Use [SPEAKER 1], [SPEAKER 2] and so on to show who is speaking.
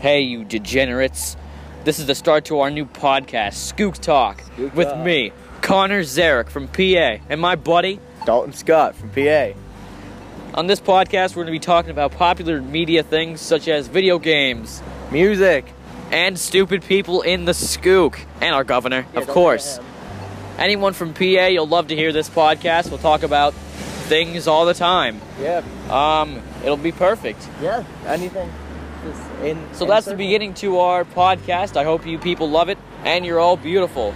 [SPEAKER 1] Hey, you degenerates. This is the start to our new podcast, Skook Talk,
[SPEAKER 2] Skook
[SPEAKER 1] with
[SPEAKER 2] Talk.
[SPEAKER 1] me, Connor Zarek from PA, and my buddy.
[SPEAKER 2] Dalton Scott from PA.
[SPEAKER 1] On this podcast, we're going to be talking about popular media things such as video games
[SPEAKER 2] Music.
[SPEAKER 1] and stupid people in the Skook, and our governor, of course. Anyone from PA, you'll love to hear this podcast. We'll talk about things all the time.
[SPEAKER 2] Yeah.
[SPEAKER 1] Um, it'll be perfect.
[SPEAKER 2] Yeah. Anything. Just in,
[SPEAKER 1] So
[SPEAKER 2] in
[SPEAKER 1] that's the
[SPEAKER 2] circle.
[SPEAKER 1] beginning to our podcast. I hope you people love it and you're all beautiful.